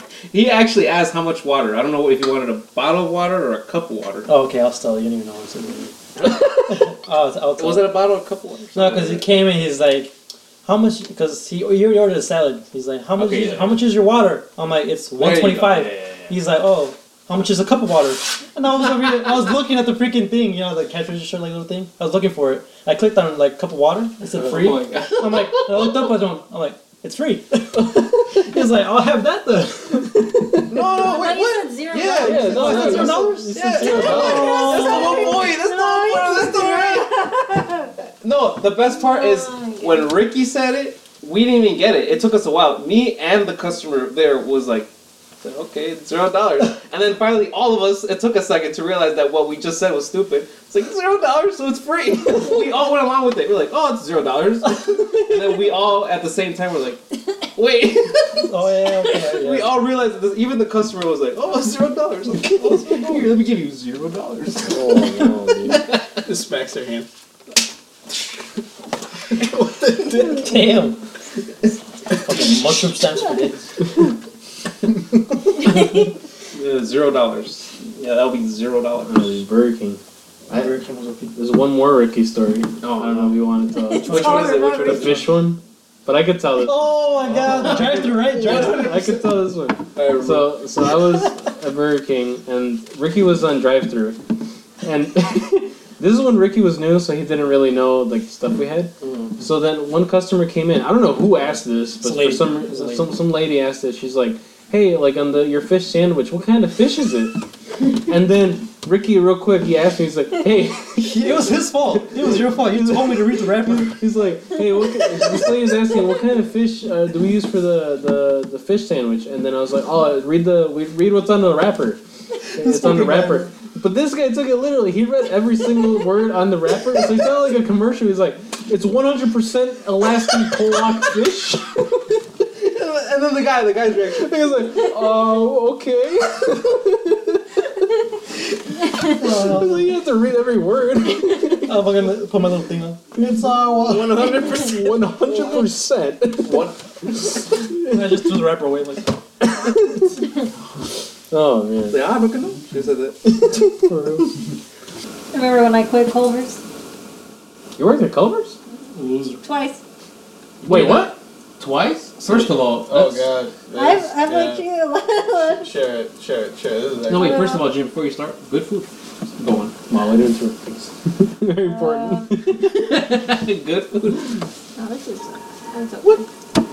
[SPEAKER 6] he actually asked how much water. I don't know if he wanted a bottle of water or a cup of water.
[SPEAKER 3] Oh, okay, I'll tell you. You don't even know what's in there. I'll, Oh, I'll tell
[SPEAKER 6] Was
[SPEAKER 3] you.
[SPEAKER 6] it a bottle or a cup of water?
[SPEAKER 3] No, because he came and he's like, "How much?" Because he, he already ordered a salad. He's like, "How much?
[SPEAKER 6] Okay,
[SPEAKER 3] is,
[SPEAKER 6] yeah.
[SPEAKER 3] How much is your water?" I'm like, "It's
[SPEAKER 6] There you go.
[SPEAKER 3] 125."
[SPEAKER 6] Yeah, yeah, yeah.
[SPEAKER 3] He's like, "Oh, how much is a cup of water?" And I was over here, I was looking at the freaking thing, you know, the cash register like little thing. I was looking for it. I clicked on like cup of water. It said free.
[SPEAKER 6] Oh my god.
[SPEAKER 3] I'm like, I looked up at him. I'm like, It's free. He's like, I'll have that then.
[SPEAKER 5] No, no,
[SPEAKER 4] But
[SPEAKER 5] wait,
[SPEAKER 4] you
[SPEAKER 5] what?
[SPEAKER 4] said zero.
[SPEAKER 5] Yeah,
[SPEAKER 4] dollars.
[SPEAKER 5] yeah,
[SPEAKER 3] no,
[SPEAKER 5] no,
[SPEAKER 3] it's
[SPEAKER 5] no,
[SPEAKER 3] zero
[SPEAKER 5] no.
[SPEAKER 3] dollars.
[SPEAKER 5] Yeah,
[SPEAKER 3] It's Oh. zero dollars.
[SPEAKER 5] yeah, That's the whole point. That's the whole point. That's the right.
[SPEAKER 6] No, the best part is
[SPEAKER 4] Oh my God.
[SPEAKER 6] when Ricky said it, we didn't even get it. It took us a while. Me and the customer there was like, okay, zero dollars. and then finally, all of us, it took a second to realize that what we just said was stupid. It's like, zero dollars, so it's free. we all went along with it. We're like, oh, it's zero dollars. and then we all, at the same time, were like, wait.
[SPEAKER 3] Oh yeah, okay. yeah.
[SPEAKER 6] we all realized that this, even the customer was like, oh, it's zero dollars. Okay, well, it's free. Here, let me give you zero dollars.
[SPEAKER 2] Oh, no, dude.
[SPEAKER 5] This smacks their hand.
[SPEAKER 3] Damn. Fucking mushroom stamps for days.
[SPEAKER 6] Yeah, Uh, zero dollars. Yeah, that'll be zero dollars.
[SPEAKER 2] Oh, Burger King. I,
[SPEAKER 5] Burger King was okay.
[SPEAKER 2] there's one more Ricky story.
[SPEAKER 6] Oh,
[SPEAKER 2] I don't know if you want to
[SPEAKER 6] Which
[SPEAKER 4] Uh,
[SPEAKER 2] tell
[SPEAKER 6] one is it? Which one
[SPEAKER 2] the
[SPEAKER 6] is it?
[SPEAKER 2] fish one, but I could tell it.
[SPEAKER 3] Oh my god. Drive through, right? Drive through.
[SPEAKER 2] I could tell this one.
[SPEAKER 6] So,
[SPEAKER 2] So, so I was at Burger King, and Ricky was on drive-through, and this is when Ricky was new, so he didn't really know like the stuff we had. So then one customer came in. I don't know who asked this,
[SPEAKER 3] It's a
[SPEAKER 2] but for
[SPEAKER 3] Mm-hmm. lady.
[SPEAKER 2] some
[SPEAKER 3] It's a lady.
[SPEAKER 2] some some lady asked it. She's like, "Hey, like on the your fish sandwich, what kind of fish is it?" and then Ricky, real quick, he asked me. He's like, "Hey."
[SPEAKER 3] It was his fault. It was your fault. You told me to read the wrapper.
[SPEAKER 2] He's like, hey, what, ki- this lady's asking, what kind of fish uh, do we use for the, the, the fish sandwich? And then I was like, oh, read the we read what's on the wrapper. It's on the wrapper. But this guy took it literally. He read every single word on the wrapper. So he sounded like a commercial. He's like, it's 100% Alaskan pollock fish.
[SPEAKER 6] and then the guy, the guy's reaction.
[SPEAKER 2] He was like, oh, okay. I was like, you have to read every word.
[SPEAKER 3] I'm gonna put my little thing on.
[SPEAKER 2] It's uh,
[SPEAKER 6] One hundred percent.
[SPEAKER 2] 100%.
[SPEAKER 6] One.
[SPEAKER 3] And I just threw the wrapper away. Like,
[SPEAKER 2] Oh, man.
[SPEAKER 6] Say, I'm looking up. She said that.
[SPEAKER 4] Remember when I quit Culver's?
[SPEAKER 2] You worked at Culver's?
[SPEAKER 3] loser.
[SPEAKER 4] Twice.
[SPEAKER 2] Wait, what?
[SPEAKER 7] Twice? First of all,
[SPEAKER 5] Oh
[SPEAKER 7] that's-
[SPEAKER 5] god.
[SPEAKER 4] I've,
[SPEAKER 5] That's-
[SPEAKER 4] I've like
[SPEAKER 5] yeah.
[SPEAKER 4] you.
[SPEAKER 5] Share it, share it, share it. This is
[SPEAKER 7] No,
[SPEAKER 5] actually
[SPEAKER 7] wait, first of all, Jim, before you start, good food. Go on.
[SPEAKER 2] Wow, I didn't interrupt. Very important.
[SPEAKER 4] Um,
[SPEAKER 7] good food.
[SPEAKER 4] no, this is. That's okay.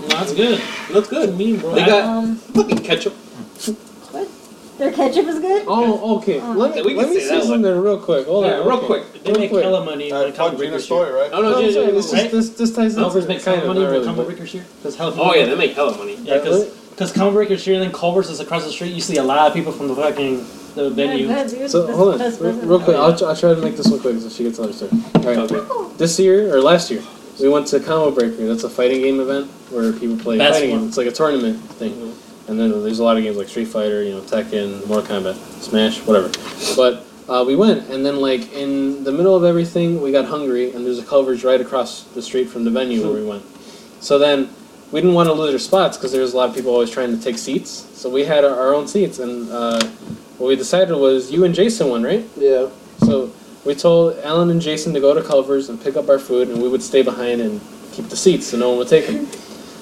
[SPEAKER 7] That's good.
[SPEAKER 6] Looks good. Mean, bro. They got
[SPEAKER 4] Um,
[SPEAKER 6] fucking ketchup.
[SPEAKER 4] what? Their ketchup is good?
[SPEAKER 2] oh, okay. Let me
[SPEAKER 6] We can
[SPEAKER 2] let me
[SPEAKER 6] say
[SPEAKER 2] say
[SPEAKER 6] that
[SPEAKER 2] something real quick. Hold
[SPEAKER 6] Yeah,
[SPEAKER 2] on,
[SPEAKER 6] real
[SPEAKER 2] okay.
[SPEAKER 6] quick.
[SPEAKER 3] They make
[SPEAKER 2] Wait.
[SPEAKER 3] hella money
[SPEAKER 5] I
[SPEAKER 3] on Comic
[SPEAKER 5] talked
[SPEAKER 3] Book
[SPEAKER 5] Gina's
[SPEAKER 3] this year.
[SPEAKER 5] story, right?
[SPEAKER 7] Oh
[SPEAKER 2] No,
[SPEAKER 7] no,
[SPEAKER 2] I'm
[SPEAKER 7] Jim,
[SPEAKER 2] sorry,
[SPEAKER 7] Jim,
[SPEAKER 2] this,
[SPEAKER 3] right?
[SPEAKER 2] is, this this ties into
[SPEAKER 7] Alfred's makes
[SPEAKER 2] kind
[SPEAKER 7] hella
[SPEAKER 2] of
[SPEAKER 3] Money
[SPEAKER 2] not
[SPEAKER 3] for
[SPEAKER 2] really,
[SPEAKER 3] Comic
[SPEAKER 2] but-
[SPEAKER 3] Book this year. That's hella
[SPEAKER 6] Oh yeah, they make hella money.
[SPEAKER 3] Yeah, because because Comic Book this year and then Culver's is across the street. You see a lot of people from the fucking the venue.
[SPEAKER 4] Good, dude.
[SPEAKER 2] So
[SPEAKER 4] That's
[SPEAKER 2] hold
[SPEAKER 4] the best
[SPEAKER 2] on,
[SPEAKER 4] business.
[SPEAKER 2] real quick. I'll, tr- I'll try to make this one quick so she gets another story. All right. This year or last year, we went to Combo Breaker. That's a fighting game event where people play
[SPEAKER 3] That's
[SPEAKER 2] fighting
[SPEAKER 3] one.
[SPEAKER 2] games. It's like a tournament thing. And then there's a lot of games like Street Fighter, you know, Tekken, Mortal Kombat, Smash, whatever. But uh, we went, and then like in the middle of everything, we got hungry, and there's a Culver's right across the street from the venue where we went. So then we didn't want to lose our spots because there was a lot of people always trying to take seats. So we had our, our own seats, and uh, what we decided was you and Jason won, right?
[SPEAKER 5] Yeah.
[SPEAKER 2] So we told Alan and Jason to go to Culver's and pick up our food, and we would stay behind and keep the seats so no one would take them.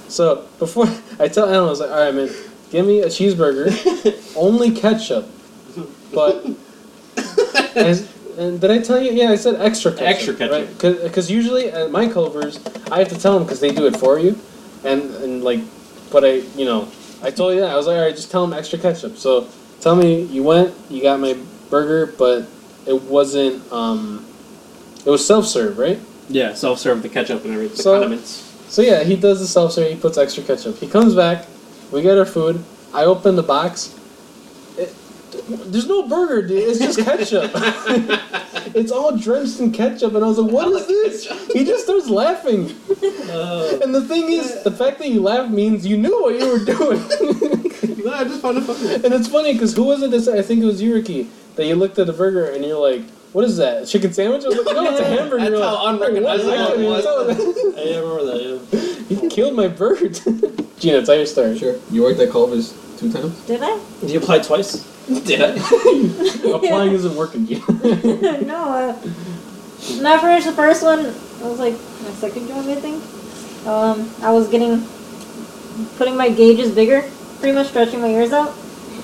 [SPEAKER 2] So before I tell Alan, I was like, all right, man, give me a cheeseburger, only ketchup, but. And, and did I tell you? Yeah, I said extra ketchup.
[SPEAKER 7] Extra ketchup.
[SPEAKER 2] Because usually at my Culver's, I have to tell them because they do it for you, and and like, but I you know I told you that I was like all right just tell them extra ketchup. So tell me you went, you got my burger, but it wasn't um it was self-serve right
[SPEAKER 7] Yeah, self-serve the ketchup and everything.
[SPEAKER 2] So-
[SPEAKER 7] the condiments.
[SPEAKER 2] so yeah he does the self-serve he puts extra ketchup he comes back we get our food i open the box it, there's no burger dude it's just ketchup it's all drenched in ketchup and i was like what is this he just starts laughing
[SPEAKER 6] Oh.
[SPEAKER 2] and the thing is the fact that you laughed means you knew what you were doing
[SPEAKER 6] No, I just found a fucking.
[SPEAKER 2] And it's funny because who was it? This I think it was you, Ricky, that you looked at the burger and you're like, "What is that? A chicken sandwich?" I was like, "No, it's a hamburger."
[SPEAKER 6] That's
[SPEAKER 2] You're
[SPEAKER 6] how
[SPEAKER 2] like,
[SPEAKER 6] unrecognizable
[SPEAKER 2] "What? I couldn't
[SPEAKER 6] it
[SPEAKER 2] even tell
[SPEAKER 6] was."
[SPEAKER 2] that."
[SPEAKER 3] Yeah, I remember that. Yeah.
[SPEAKER 2] you killed my bird. Gina, tell your story.
[SPEAKER 5] Sure. You worked at Culver's two times?
[SPEAKER 4] Did I?
[SPEAKER 3] Did you apply twice?
[SPEAKER 6] Did I?
[SPEAKER 2] Applying isn't working. Gina.
[SPEAKER 4] no, uh, when I finished the first one, it was like my second job, I think. Um, I was getting, putting my gauges bigger, pretty much stretching my ears out.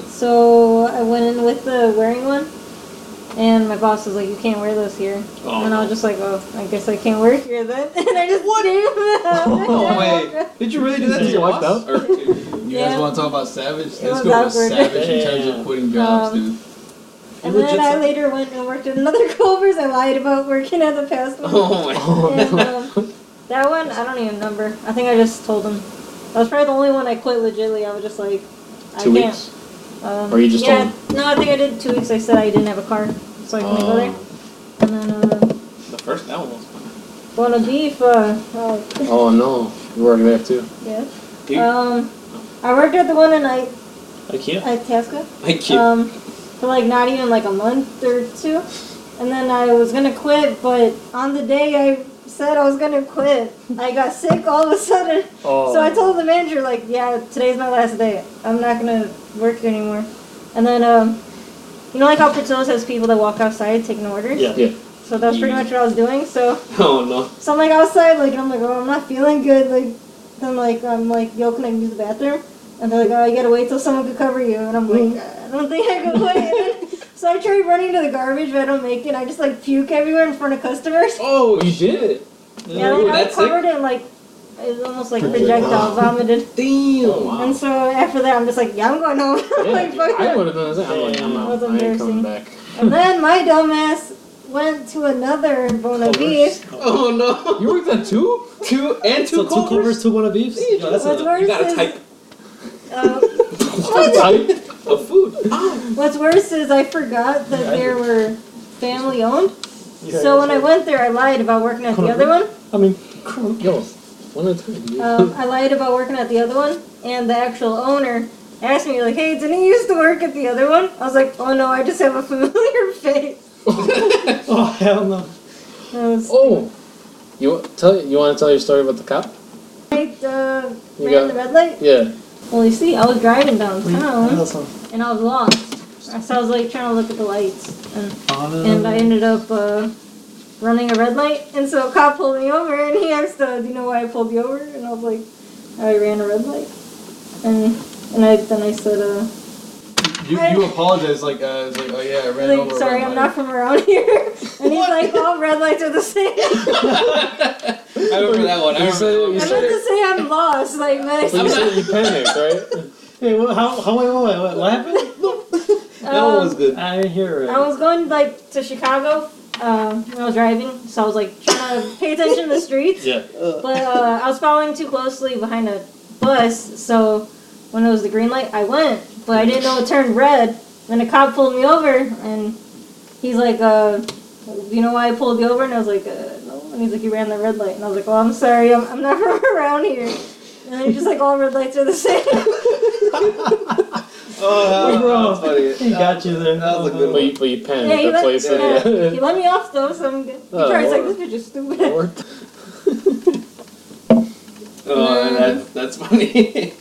[SPEAKER 4] So I went in with the wearing one, And my boss was like, "You can't wear those here."
[SPEAKER 7] Oh.
[SPEAKER 4] And I was just like, "Oh, I guess I can't work here then." And I just what?
[SPEAKER 6] No way. Did you really do that to
[SPEAKER 5] Did you
[SPEAKER 6] your
[SPEAKER 5] walk
[SPEAKER 6] boss?
[SPEAKER 5] out?
[SPEAKER 8] Alright, dude, you guys
[SPEAKER 4] Yeah.
[SPEAKER 8] want to talk about savage? Let's
[SPEAKER 4] It was
[SPEAKER 8] go with
[SPEAKER 4] awkward.
[SPEAKER 8] savage in terms
[SPEAKER 3] Yeah.
[SPEAKER 8] of quitting jobs,
[SPEAKER 4] Um,
[SPEAKER 8] dude.
[SPEAKER 4] And then I later went and worked at another Culver's. I lied about working at the fast food.
[SPEAKER 6] Oh my.
[SPEAKER 4] And, um, that one, I don't even remember. I think I just told him. That was probably the only one I quit legitly. I was just like, I
[SPEAKER 2] Two
[SPEAKER 4] can't.
[SPEAKER 2] weeks.
[SPEAKER 4] Um,
[SPEAKER 2] Or you just
[SPEAKER 4] yeah,
[SPEAKER 2] told
[SPEAKER 4] No, I think I did two weeks. I said I didn't have a car, so I couldn't go
[SPEAKER 2] Oh.
[SPEAKER 4] there. And then, uh,
[SPEAKER 6] The first that one was fun.
[SPEAKER 4] Bona Beef, uh, oh,
[SPEAKER 2] Oh no, you work there too.
[SPEAKER 4] yeah.
[SPEAKER 6] You-
[SPEAKER 4] Um, I worked at the one in I-
[SPEAKER 3] IKEA. Uh,
[SPEAKER 4] Itasca.
[SPEAKER 6] Thank you.
[SPEAKER 4] um, for like not even like a month or two. And then I was gonna quit, but on the day I said I was gonna quit, I got sick all of a sudden.
[SPEAKER 3] Oh.
[SPEAKER 4] So I told the manager like, yeah, today's my last day. I'm not gonna work here anymore. And then, um, you know, like how Portillo's has people that walk outside taking orders.
[SPEAKER 3] Yeah.
[SPEAKER 2] Yeah.
[SPEAKER 4] So that's pretty much what I was doing. So,
[SPEAKER 6] oh no.
[SPEAKER 4] so I'm like outside, like I'm like, oh, I'm not feeling good. Like, then like I'm like, yo, can I use the bathroom? And they're like, oh, you gotta wait till someone could cover you. And I'm like, I don't think I can wait. so I tried running to the garbage, but I don't make it. I just like puke everywhere in front of customers.
[SPEAKER 6] Oh, you did it.
[SPEAKER 4] yeah, like, I
[SPEAKER 6] Ooh,
[SPEAKER 4] was
[SPEAKER 6] that's sick.
[SPEAKER 4] covered in like, it was almost like projectile vomited.
[SPEAKER 6] Damn.
[SPEAKER 4] And so after that, I'm just like, yeah, I'm going home.
[SPEAKER 2] Yeah, Oh,
[SPEAKER 4] like,
[SPEAKER 2] dude,
[SPEAKER 4] fuck
[SPEAKER 2] I
[SPEAKER 4] it.
[SPEAKER 2] would have done the same. I'm like, I'm out.
[SPEAKER 4] That's
[SPEAKER 2] I ain't
[SPEAKER 4] embarrassing.
[SPEAKER 2] coming back.
[SPEAKER 4] And then my dumbass went to another Bon Appetit.
[SPEAKER 6] Oh no.
[SPEAKER 2] You worked at two?
[SPEAKER 6] Two and two
[SPEAKER 3] So two
[SPEAKER 6] covers.
[SPEAKER 3] Culver's, two Bona Beefs. Yo, that's
[SPEAKER 4] What's
[SPEAKER 3] a,
[SPEAKER 4] worse
[SPEAKER 6] You gotta
[SPEAKER 4] is,
[SPEAKER 6] type
[SPEAKER 4] um,
[SPEAKER 6] of food.
[SPEAKER 4] What's worse is I forgot that
[SPEAKER 5] Yeah, I
[SPEAKER 4] they
[SPEAKER 5] do.
[SPEAKER 4] were family owned.
[SPEAKER 5] Yeah,
[SPEAKER 4] so when I
[SPEAKER 5] that's
[SPEAKER 4] went there, I lied about working at the other one.
[SPEAKER 3] I mean,
[SPEAKER 2] Yo, one at a time. dude.
[SPEAKER 4] Um, I lied about working at the other one, and the actual owner asked me like, "Hey, didn't you used to work at the other one?" I was like, "Oh no, I just have a familiar face."
[SPEAKER 3] oh hell no.
[SPEAKER 4] I was-
[SPEAKER 2] Oh, you wa- tell you want to tell your story about the cop?
[SPEAKER 4] I uh,
[SPEAKER 2] You
[SPEAKER 4] ran
[SPEAKER 2] got-
[SPEAKER 4] the red light.
[SPEAKER 2] Yeah.
[SPEAKER 4] Well, you see, I was driving downtown,
[SPEAKER 3] That's not-
[SPEAKER 4] and I was lost. So I was like trying to look at the lights, and and I ended up uh, running a red light. And so a cop pulled me over, and he asked, uh, "Do you know why I pulled you over?" And I was like, "I ran a red light." And and I then I said, uh,
[SPEAKER 8] You, you apologize like uh, it's like oh yeah, I ran
[SPEAKER 4] like,
[SPEAKER 8] over.
[SPEAKER 4] "Sorry,
[SPEAKER 8] by
[SPEAKER 4] I'm
[SPEAKER 8] my-
[SPEAKER 4] not from around here." And he's like, "All red lights are the same."
[SPEAKER 7] I remember
[SPEAKER 6] Oh,
[SPEAKER 7] that one. I
[SPEAKER 2] You said
[SPEAKER 7] remember
[SPEAKER 2] you
[SPEAKER 4] I
[SPEAKER 2] said
[SPEAKER 4] meant to say I'm lost, like
[SPEAKER 2] but you
[SPEAKER 4] man.
[SPEAKER 2] said you panicked, right?
[SPEAKER 3] Hey, what, how, how, wait, wait, wait, what, what happened?
[SPEAKER 7] that one was
[SPEAKER 4] Um,
[SPEAKER 7] good.
[SPEAKER 3] I didn't hear it.
[SPEAKER 4] I was going like to Chicago. Um, when I was driving, so I was like trying to pay attention to the streets.
[SPEAKER 2] Yeah.
[SPEAKER 4] But uh, I was following too closely behind a bus, so when it was the green light, I went, but I didn't know it turned red. Then a cop pulled me over, and he's like, uh, "You know why I pulled you over?" And I was like, uh, "No." And he's like, "You ran the red light," and I was like, "Well, I'm sorry, I'm, I'm not from around here." And then he's just like, "All red lights are the same."
[SPEAKER 5] Oh,
[SPEAKER 3] Hey, bro.
[SPEAKER 7] Oh, that's
[SPEAKER 3] he
[SPEAKER 7] funny.
[SPEAKER 3] got you there.
[SPEAKER 7] that was a
[SPEAKER 2] But
[SPEAKER 7] good
[SPEAKER 2] you, but you
[SPEAKER 4] yeah,
[SPEAKER 2] panicked.
[SPEAKER 4] he
[SPEAKER 2] That's why you
[SPEAKER 4] let,
[SPEAKER 2] said
[SPEAKER 4] yeah,
[SPEAKER 2] it.
[SPEAKER 4] he let me off though, so I'm good. He
[SPEAKER 2] Oh,
[SPEAKER 4] probably was like,
[SPEAKER 2] Lord.
[SPEAKER 4] "This
[SPEAKER 2] It
[SPEAKER 4] bitch is stupid."
[SPEAKER 2] worked.
[SPEAKER 7] Oh, that, that's funny.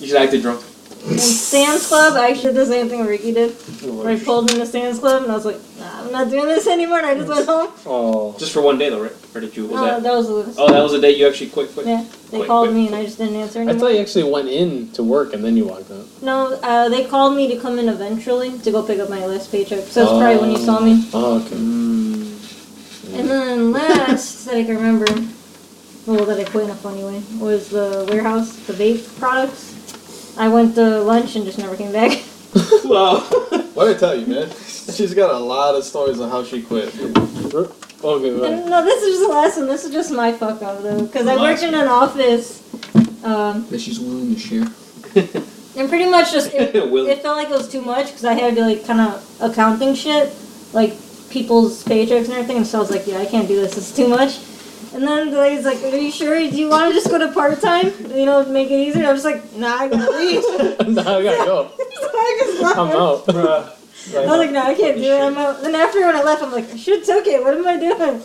[SPEAKER 7] you should act a drunk.
[SPEAKER 4] In Sam's Club, I actually did the same thing Ricky did. Where I pulled into Sam's Club and I was like, nah, I'm not doing this anymore. And I just went home.
[SPEAKER 2] Oh.
[SPEAKER 7] Just for one day though, right? Or did you? Was
[SPEAKER 4] Uh,
[SPEAKER 7] that?
[SPEAKER 4] that was the
[SPEAKER 7] Oh, that was the day you actually quit. quit.
[SPEAKER 4] Yeah, they
[SPEAKER 7] Wait,
[SPEAKER 4] called
[SPEAKER 7] wait.
[SPEAKER 4] me and I just didn't answer
[SPEAKER 2] I
[SPEAKER 4] anymore.
[SPEAKER 2] thought you actually went in to work and then you walked out.
[SPEAKER 4] no, uh, they called me to come in eventually to go pick up my last paycheck. So that's probably when you saw me.
[SPEAKER 2] Oh, okay.
[SPEAKER 3] Hmm.
[SPEAKER 4] And then last that I can remember, well, that I quit in a funny way, was the warehouse, the vape products. I went to lunch and just never came back.
[SPEAKER 5] What did I tell you, man? She's got a lot of stories on how she quit.
[SPEAKER 2] Okay, right.
[SPEAKER 4] And no, this is just the last one. This is just my fuck up though, because I worked in an office. Um,
[SPEAKER 8] That she's willing to share.
[SPEAKER 4] And pretty much just it,
[SPEAKER 7] Will-
[SPEAKER 4] it felt like it was too much because I had to like kind of accounting shit, like people's paychecks and everything. And so I was like, yeah, I can't do this. It's too much. And then the lady's like, are you sure? Do you want to just go to part time? You know, make it easier. I was like, nah, I gotta leave. so
[SPEAKER 2] now I gotta go.
[SPEAKER 4] I just left.
[SPEAKER 2] I'm out.
[SPEAKER 3] Bruh.
[SPEAKER 4] I was like, no, I can't do it. I'm out. And after when I left, I'm like, I should have took it. What am I doing?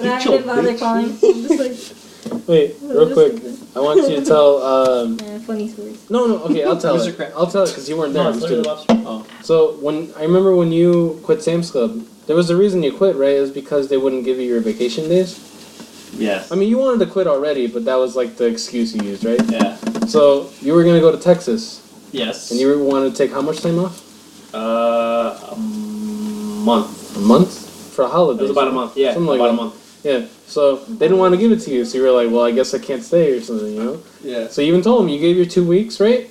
[SPEAKER 4] And I didn't bother calling. I'm just
[SPEAKER 2] Wait,
[SPEAKER 4] like,
[SPEAKER 2] real quick. I want you to tell. Um,
[SPEAKER 4] Yeah, funny stories.
[SPEAKER 2] no, no. Okay, I'll tell
[SPEAKER 7] Mr.
[SPEAKER 2] it.
[SPEAKER 7] Crab.
[SPEAKER 2] I'll tell it because you weren't there.
[SPEAKER 3] No,
[SPEAKER 2] I'm
[SPEAKER 3] it's
[SPEAKER 2] just
[SPEAKER 3] literally
[SPEAKER 2] kidding.
[SPEAKER 3] lobster.
[SPEAKER 2] So when I remember when you quit Sam's Club, there was a reason you quit, right? It was because they wouldn't give you your vacation days.
[SPEAKER 7] Yes.
[SPEAKER 2] I mean, you wanted to quit already, but that was like the excuse you used, right?
[SPEAKER 7] Yeah.
[SPEAKER 2] So you were gonna go to Texas,
[SPEAKER 7] Yes.
[SPEAKER 2] and you wanted to take how much time off?
[SPEAKER 7] Uh, a month.
[SPEAKER 2] a month for a holiday.
[SPEAKER 6] It was about a month. Yeah,
[SPEAKER 2] Something like
[SPEAKER 6] about a
[SPEAKER 2] that.
[SPEAKER 6] month.
[SPEAKER 2] Yeah. So they didn't want to give it to you, so you were like, well, I guess I can't stay or something, you know?
[SPEAKER 9] Yeah.
[SPEAKER 2] So you even told them you gave your two weeks, right?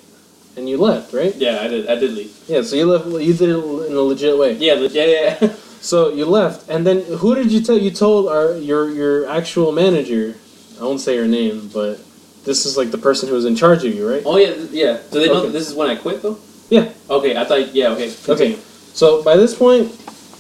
[SPEAKER 2] And you left, right?
[SPEAKER 6] Yeah, I did. I did leave.
[SPEAKER 2] Yeah. So you left. You did it in a legit way.
[SPEAKER 6] Yeah, le- yeah, yeah.
[SPEAKER 2] So you left, and then who did you tell? You told our your your actual manager. I won't say her name, but this is like the person who was in charge of you, right?
[SPEAKER 6] Oh yeah, th- yeah. Do they know
[SPEAKER 2] Okay.
[SPEAKER 6] that this is when I quit though?
[SPEAKER 2] Yeah.
[SPEAKER 6] Okay, I thought. Yeah. Okay.
[SPEAKER 2] Okay. So by this point,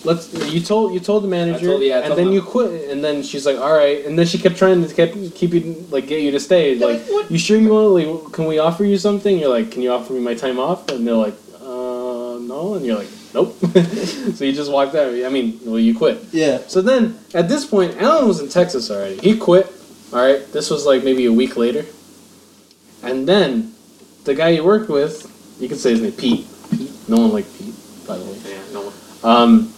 [SPEAKER 2] let's you told you told the manager,
[SPEAKER 6] told- yeah, I
[SPEAKER 2] and
[SPEAKER 6] told
[SPEAKER 2] then
[SPEAKER 6] them.
[SPEAKER 2] you quit, and then she's like, "All right," and then she kept trying to keep keep you like get you to stay.
[SPEAKER 9] They're
[SPEAKER 2] Like,
[SPEAKER 9] like, "What?"
[SPEAKER 2] you sure you want? Like, can we offer you something? You're like, "Can you offer me my time off?" And they're like, "Uh, no," and you're like, "Nope." so you just walked out. I mean, well, you quit.
[SPEAKER 9] Yeah.
[SPEAKER 2] So then, at this point, Alan was in Texas already. He quit. All right, this was like maybe a week later. And then, the guy you worked with, you can say his name, Pete. Pete. No one liked Pete, by the way.
[SPEAKER 6] Yeah. No.
[SPEAKER 2] Um,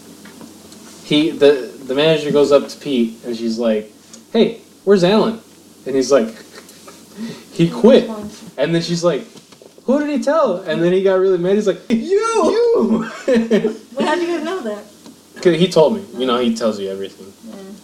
[SPEAKER 2] he the the manager goes up to Pete and she's like, "Hey, where's Alan?" And he's like, "He quit." And then she's like, "Who did he tell?" And then he got really mad. He's like, "You, you."
[SPEAKER 4] Well, how do you guys know that?
[SPEAKER 2] 'Cause he told me. You know, he tells you everything.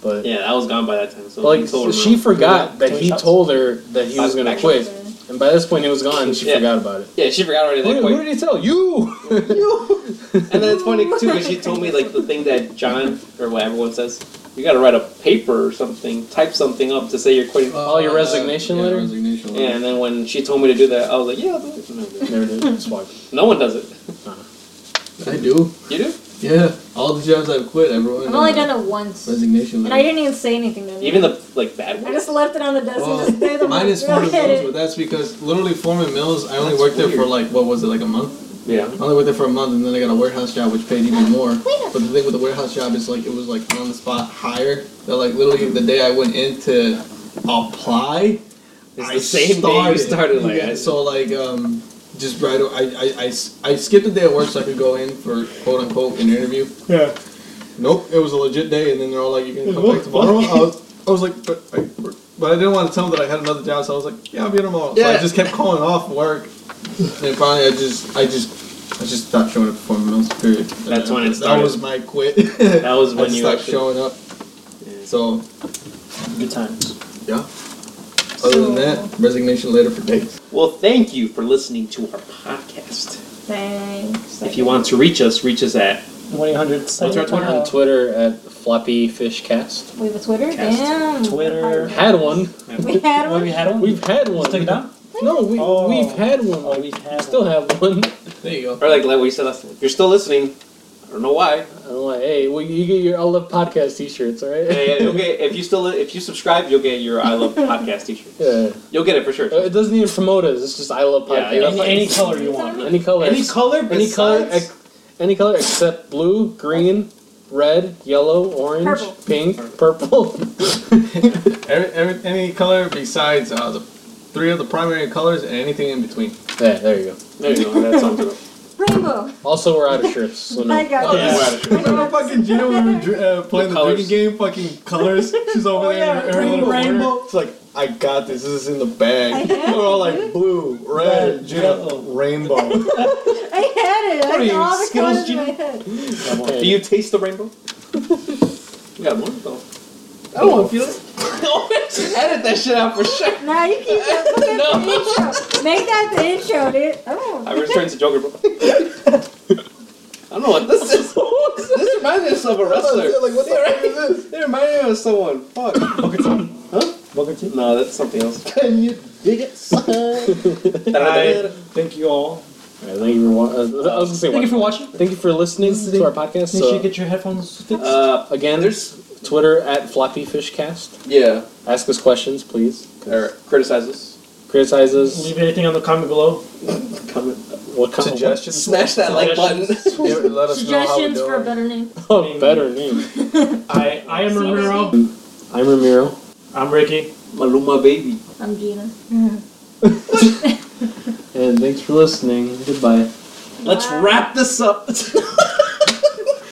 [SPEAKER 2] But
[SPEAKER 6] Yeah, I was gone by that time. So
[SPEAKER 2] like,
[SPEAKER 6] he told her.
[SPEAKER 2] she forgot that
[SPEAKER 3] Can we
[SPEAKER 2] he
[SPEAKER 3] talk?
[SPEAKER 2] told her that he was gonna
[SPEAKER 6] Actually,
[SPEAKER 2] quit. And by this point, he was gone. and She
[SPEAKER 6] Yeah.
[SPEAKER 2] forgot about it.
[SPEAKER 6] Yeah, she forgot already
[SPEAKER 2] Who,
[SPEAKER 6] that
[SPEAKER 2] did-
[SPEAKER 6] quick.
[SPEAKER 2] who did he tell? You. you.
[SPEAKER 6] And then it's funny too because she told me like the thing that John or what everyone says, you got to write a paper or something, type something up to say you're quitting.
[SPEAKER 2] Oh, your resignation
[SPEAKER 5] Uh, yeah,
[SPEAKER 2] letter?
[SPEAKER 5] Resignation letter.
[SPEAKER 6] Yeah, and then when she told me to do that, I was like, yeah, I'll do it. No, no,
[SPEAKER 2] Never did. Just walked.
[SPEAKER 6] no one does it.
[SPEAKER 5] I do.
[SPEAKER 6] You do?
[SPEAKER 5] Yeah. All the jobs I've quit, everyone.
[SPEAKER 4] I've only done it once,
[SPEAKER 5] Resignation
[SPEAKER 4] and I
[SPEAKER 5] letter.
[SPEAKER 4] didn't even say anything to him.
[SPEAKER 6] Even the like bad
[SPEAKER 4] I
[SPEAKER 6] ones.
[SPEAKER 4] just left it on the desk and just there.
[SPEAKER 5] Well,
[SPEAKER 4] The
[SPEAKER 5] Oh, mine is
[SPEAKER 4] Go
[SPEAKER 5] Foreman
[SPEAKER 4] get
[SPEAKER 5] Mills,
[SPEAKER 4] it.
[SPEAKER 5] but that's because literally Foreman Mills, I only worked there for like what was it, like a month? I
[SPEAKER 6] Yeah.
[SPEAKER 5] only worked there for a month, and then I got a warehouse job, which paid even more. But the thing with the warehouse job is like it was like on the spot hire. That like literally the day I went in to apply,
[SPEAKER 6] It's the same day you started. Like,
[SPEAKER 5] Yeah,
[SPEAKER 6] I-
[SPEAKER 5] so like um, just right. o- I, I- I s- I skipped a day at work so I could go in for quote unquote an interview.
[SPEAKER 3] Yeah.
[SPEAKER 5] Nope, it was a legit day, and then they're all like, "You can come back tomorrow." I was, I was like, but I, but I didn't want to tell them that I had another job, so I was like, "Yeah, I'll be in tomorrow." So I
[SPEAKER 9] Yeah.
[SPEAKER 5] just kept calling off work, and finally, I just, I just, I just stopped showing up for Mills. Period.
[SPEAKER 6] That's when it
[SPEAKER 5] That
[SPEAKER 6] started.
[SPEAKER 5] was my quit. that
[SPEAKER 6] was when
[SPEAKER 5] I just
[SPEAKER 6] you
[SPEAKER 5] stopped
[SPEAKER 6] actually-
[SPEAKER 5] showing up. So
[SPEAKER 6] Good times.
[SPEAKER 5] yeah. Other than that, resignation later for days.
[SPEAKER 6] Well, thank you for listening to our podcast.
[SPEAKER 4] Thanks.
[SPEAKER 6] If you want to reach us, reach us at
[SPEAKER 3] 1 800
[SPEAKER 2] on Twitter at Floppy Fish Cast.
[SPEAKER 4] We have a Twitter?
[SPEAKER 6] Cast.
[SPEAKER 4] Damn.
[SPEAKER 3] Twitter.
[SPEAKER 2] Had one.
[SPEAKER 4] We had
[SPEAKER 3] Well,
[SPEAKER 4] one.
[SPEAKER 3] we had one.
[SPEAKER 2] We've had one.
[SPEAKER 3] Just took it down?
[SPEAKER 2] No, we,
[SPEAKER 3] Oh.
[SPEAKER 2] we've had one.
[SPEAKER 3] Oh,
[SPEAKER 2] we
[SPEAKER 3] we had
[SPEAKER 2] still have one.
[SPEAKER 5] There you go.
[SPEAKER 6] or like like what you said last time. If you're still listening, I don't know why.
[SPEAKER 2] I'm like, hey, well, you get your I Love Podcast t shirts, alright?
[SPEAKER 6] Hey, you'll get- if you still if you subscribe, you'll get your I love podcast T-shirt.
[SPEAKER 2] yeah.
[SPEAKER 6] You'll get it for sure.
[SPEAKER 2] Uh, It doesn't even promote us, it's just I Love Podcast.
[SPEAKER 6] Yeah, yeah.
[SPEAKER 3] Any, any color you want.
[SPEAKER 2] Any color.
[SPEAKER 6] Any color,
[SPEAKER 2] any color,
[SPEAKER 6] besides-
[SPEAKER 2] ex- any color except blue, green, red, yellow, orange,
[SPEAKER 4] Purple.
[SPEAKER 2] pink, purple.
[SPEAKER 5] Every, every, any color besides uh, the three of the primary colors and anything in between.
[SPEAKER 2] yeah, there you go.
[SPEAKER 6] There you go. That sounds good.
[SPEAKER 4] Rainbow.
[SPEAKER 2] Also, we're out of shirts, so
[SPEAKER 4] I
[SPEAKER 2] no.
[SPEAKER 4] got
[SPEAKER 6] Oh,
[SPEAKER 4] this.
[SPEAKER 6] yeah.
[SPEAKER 5] Remember fucking Gina when we were dr- uh, playing the,
[SPEAKER 6] colours.
[SPEAKER 5] drinking game? Fucking colors. She's over
[SPEAKER 3] Oh,
[SPEAKER 5] there
[SPEAKER 3] yeah,
[SPEAKER 5] in her
[SPEAKER 3] green
[SPEAKER 5] little
[SPEAKER 3] rainbow.
[SPEAKER 5] corner.
[SPEAKER 10] It's like I got this. This is in the
[SPEAKER 4] I
[SPEAKER 10] bag.
[SPEAKER 4] had
[SPEAKER 10] We're all
[SPEAKER 4] it,
[SPEAKER 10] like
[SPEAKER 4] dude.
[SPEAKER 10] blue, red,
[SPEAKER 3] Red,
[SPEAKER 10] Gina,
[SPEAKER 3] yellow.
[SPEAKER 10] rainbow.
[SPEAKER 4] I had it.
[SPEAKER 6] What
[SPEAKER 4] I
[SPEAKER 6] are
[SPEAKER 4] had
[SPEAKER 6] you,
[SPEAKER 4] all the
[SPEAKER 6] Skittles
[SPEAKER 4] colors in my
[SPEAKER 6] Jimmy?
[SPEAKER 4] head.
[SPEAKER 6] Do you taste the rainbow? you got more though.
[SPEAKER 9] I don't want to feel it. Edit that shit out for sure.
[SPEAKER 4] Nah, you keep that. Put that the intro. Make that the intro, dude. Oh.
[SPEAKER 6] I returned to Joker. Bro. I don't know what this is.
[SPEAKER 9] This reminds me of some- of a wrestler.
[SPEAKER 10] like what the heck is this?
[SPEAKER 9] They remind me of someone. Fuck.
[SPEAKER 3] Booker T.
[SPEAKER 6] No, that's something else.
[SPEAKER 10] Can you dig it, sucker?
[SPEAKER 3] I thank you all.
[SPEAKER 2] Alright, thank you for wa- uh, I was gonna say
[SPEAKER 3] Thank you
[SPEAKER 2] watching.
[SPEAKER 3] for watching.
[SPEAKER 2] Thank you for listening to our podcast.
[SPEAKER 3] Make
[SPEAKER 2] so-
[SPEAKER 3] sure you get your headphones fixed.
[SPEAKER 6] Uh,
[SPEAKER 2] Again, there's Twitter at Floppy Fish Cast.
[SPEAKER 9] Yeah.
[SPEAKER 2] Ask us questions, please.
[SPEAKER 6] or criticize us.
[SPEAKER 2] Criticize us.
[SPEAKER 3] Leave anything on the comment below.
[SPEAKER 6] Comment.
[SPEAKER 2] What kind
[SPEAKER 10] Suggestions?
[SPEAKER 9] Smash that like button.
[SPEAKER 10] Yeah, Let us know how we're
[SPEAKER 4] Suggestions for a
[SPEAKER 10] doing.
[SPEAKER 4] better name.
[SPEAKER 2] of oh, better name?
[SPEAKER 3] I, I am Ramiro.
[SPEAKER 2] I'm Ramiro.
[SPEAKER 3] I'm Ricky.
[SPEAKER 6] Maluma baby.
[SPEAKER 4] I'm Gina. Mm-hmm.
[SPEAKER 2] And thanks for listening. Goodbye.
[SPEAKER 6] Let's
[SPEAKER 4] Wow.
[SPEAKER 6] wrap this up.